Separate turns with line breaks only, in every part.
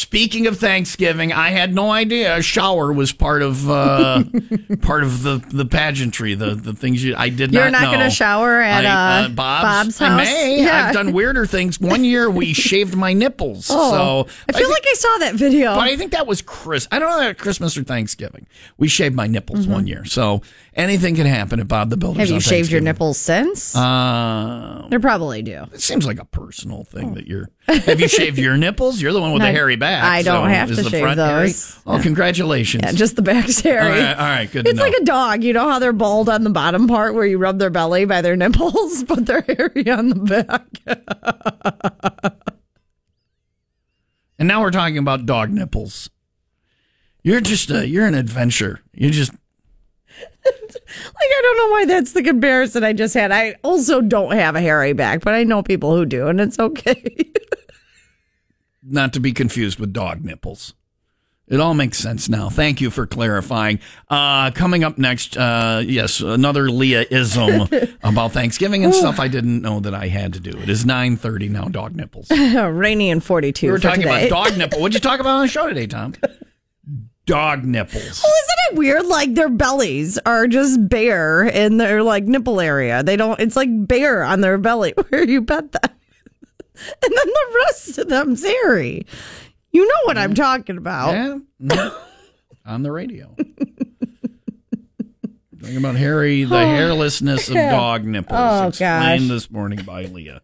Speaking of Thanksgiving, I had no idea a shower was part of uh, part of the, the pageantry, the, the things you I did
You're
not,
not
know.
gonna shower at,
I,
uh,
Bob's,
Bob's house?
I may.
Yeah.
I've done weirder things. One year we shaved my nipples.
Oh,
so
I feel
thi-
like I saw that video.
but I think that was Chris. I don't know if that was Christmas or Thanksgiving. We shaved my nipples one year, so anything can happen at Bob the Builder's.
Mm-hmm.
on
Have you shaved your
Thanksgiving.
nipples since?
Uh,
they probably do.
it seems like a personal thing that you're. Have you shaved your nipples? You're the one with
Oh. No,
the hairy back.
I don't
so
have
is
to
the
shave
front hairy?
those.
Oh, congratulations!
Yeah, just the back's
all
hairy.
right, all right, good. to
It's
know.
like a dog. You know how they're bald on the bottom part where you rub their belly by their nipples, but they're hairy on the back.
and now we're talking about dog nipples. You're just a. You're an adventure. You just.
Like, I don't know why that's the comparison I just had. I also don't have a hairy back, but I know people who do, and it's okay.
not to be confused with dog nipples. It all makes sense now. Thank you for clarifying. Uh, coming up next, uh, yes, another Leah-ism about Thanksgiving and stuff I didn't know that I had to do. It is 9.30 now, dog nipples. We
Rainy and 42.
were
for
talking
today.
about dog nipple. What'd you talk about on the show today, Tom? Dog nipples.
Well, isn't it weird? Like their bellies are just bare in their like nipple area. They don't. It's like bare on their belly where you bet them, and then the rest of them's hairy. You know what I'm talking about.
Yeah. Mm. on the radio. Talking about Harry, the hairlessness of dog nipples,
Oh,
explained
gosh.
this morning by Leah.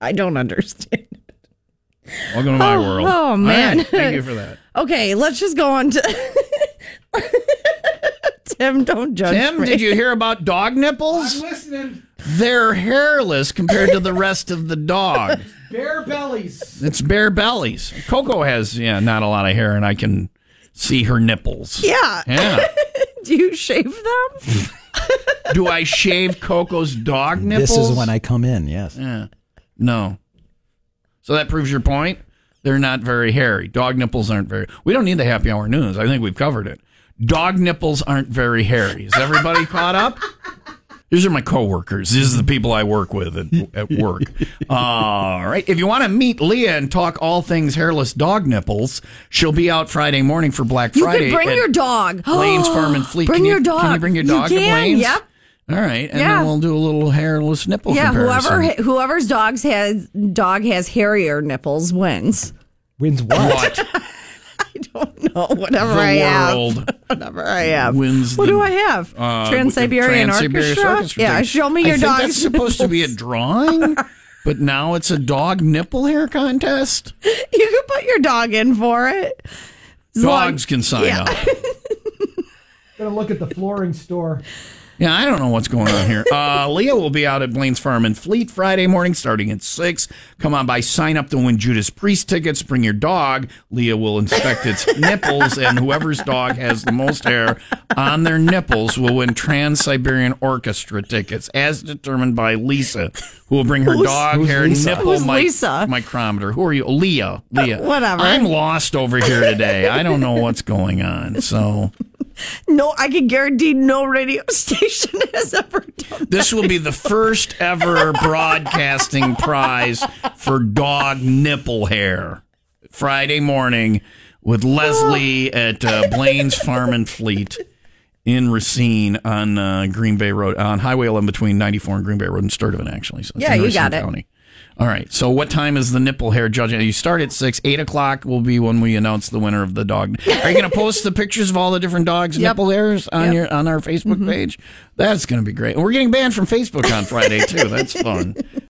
I don't understand.
Welcome to my world.
oh,
All
man.
right, thank you for that.
Okay, let's just go on to Tim. Don't judge
Tim,
me.
did you hear about dog nipples?
listening.
They're hairless compared to the rest of the dog.
Bare bellies.
It's bare bellies. Coco has yeah, not a lot of hair, and I can see her nipples.
yeah.
Yeah.
Do you shave them?
Do I shave Coco's dog nipples?
This is when I come in, yes.
Yeah. No. So that proves your point. They're not very hairy. Dog nipples aren't very. We don't need the happy hour news. I think we've covered it. Dog nipples aren't very hairy. Is everybody caught up? These are my coworkers. These are the people I work with at, at work. All right. If you want to meet Leah and talk all things hairless dog nipples, she'll be out Friday morning for Black
You
Friday.
could bring
at
your dog.
Blaine's Farm and Fleet.
Bring
Can you-
your dog.
Can you bring your
You
dog to
can,
Blaine's?
yep.
All right. And
Yeah.
then we'll do a little hairless nipple
Yeah,
comparison.
whoever whoever's dogs has dog has hairier nipples wins.
Wins what?
what?
I don't know. Whatever
the
I have.
world. uh,
Whatever I have.
Wins
what
the-
do I have?
Uh,
Trans-Siberian,
Trans-Siberian
Orchestra? Yeah, show me
I
your
think
dog's
That's supposed to be a drawing, but now it's a dog nipple hair contest.
You can put your dog in for it. As long-
Dogs can sign
yeah.
up.
Gonna look at the flooring store.
Yeah, I don't know what's going on here. Uh, Leah will be out at Blaine's Farm and Fleet Friday morning starting at 6. Come on by, sign up to win Judas Priest tickets. Bring your dog. Leah will inspect its nipples, and whoever's dog has the most hair on their nipples will win Trans Siberian Orchestra tickets, as determined by Lisa, who will bring her
Who's-
dog hair
Lisa?
nipple
Who's
mic-
Lisa?
micrometer. Who are you? Leah. Leah.
whatever.
I'm lost over here today. I don't know what's going on. So.
No, I can guarantee no radio station has ever done.
This will be the first ever broadcasting prize for dog nipple hair. Friday morning with Leslie at uh, Blaine's Farm and Fleet in Racine on uh, Green Bay Road, on Highway 11 between 94 and Green Bay Road in Sturtevant, actually. So it's
Yeah,
in
you
Racine
got it.
County. All right. So, what time is the nipple hair judging? You start at six. Eight o'clock will be when we announce the winner of the dog. Are you going to post the pictures of all the different dogs' nipple hairs on
Yep. Mm-hmm.
your on our Facebook page? That's going to be great. And we're getting banned from Facebook on Friday too. That's fun.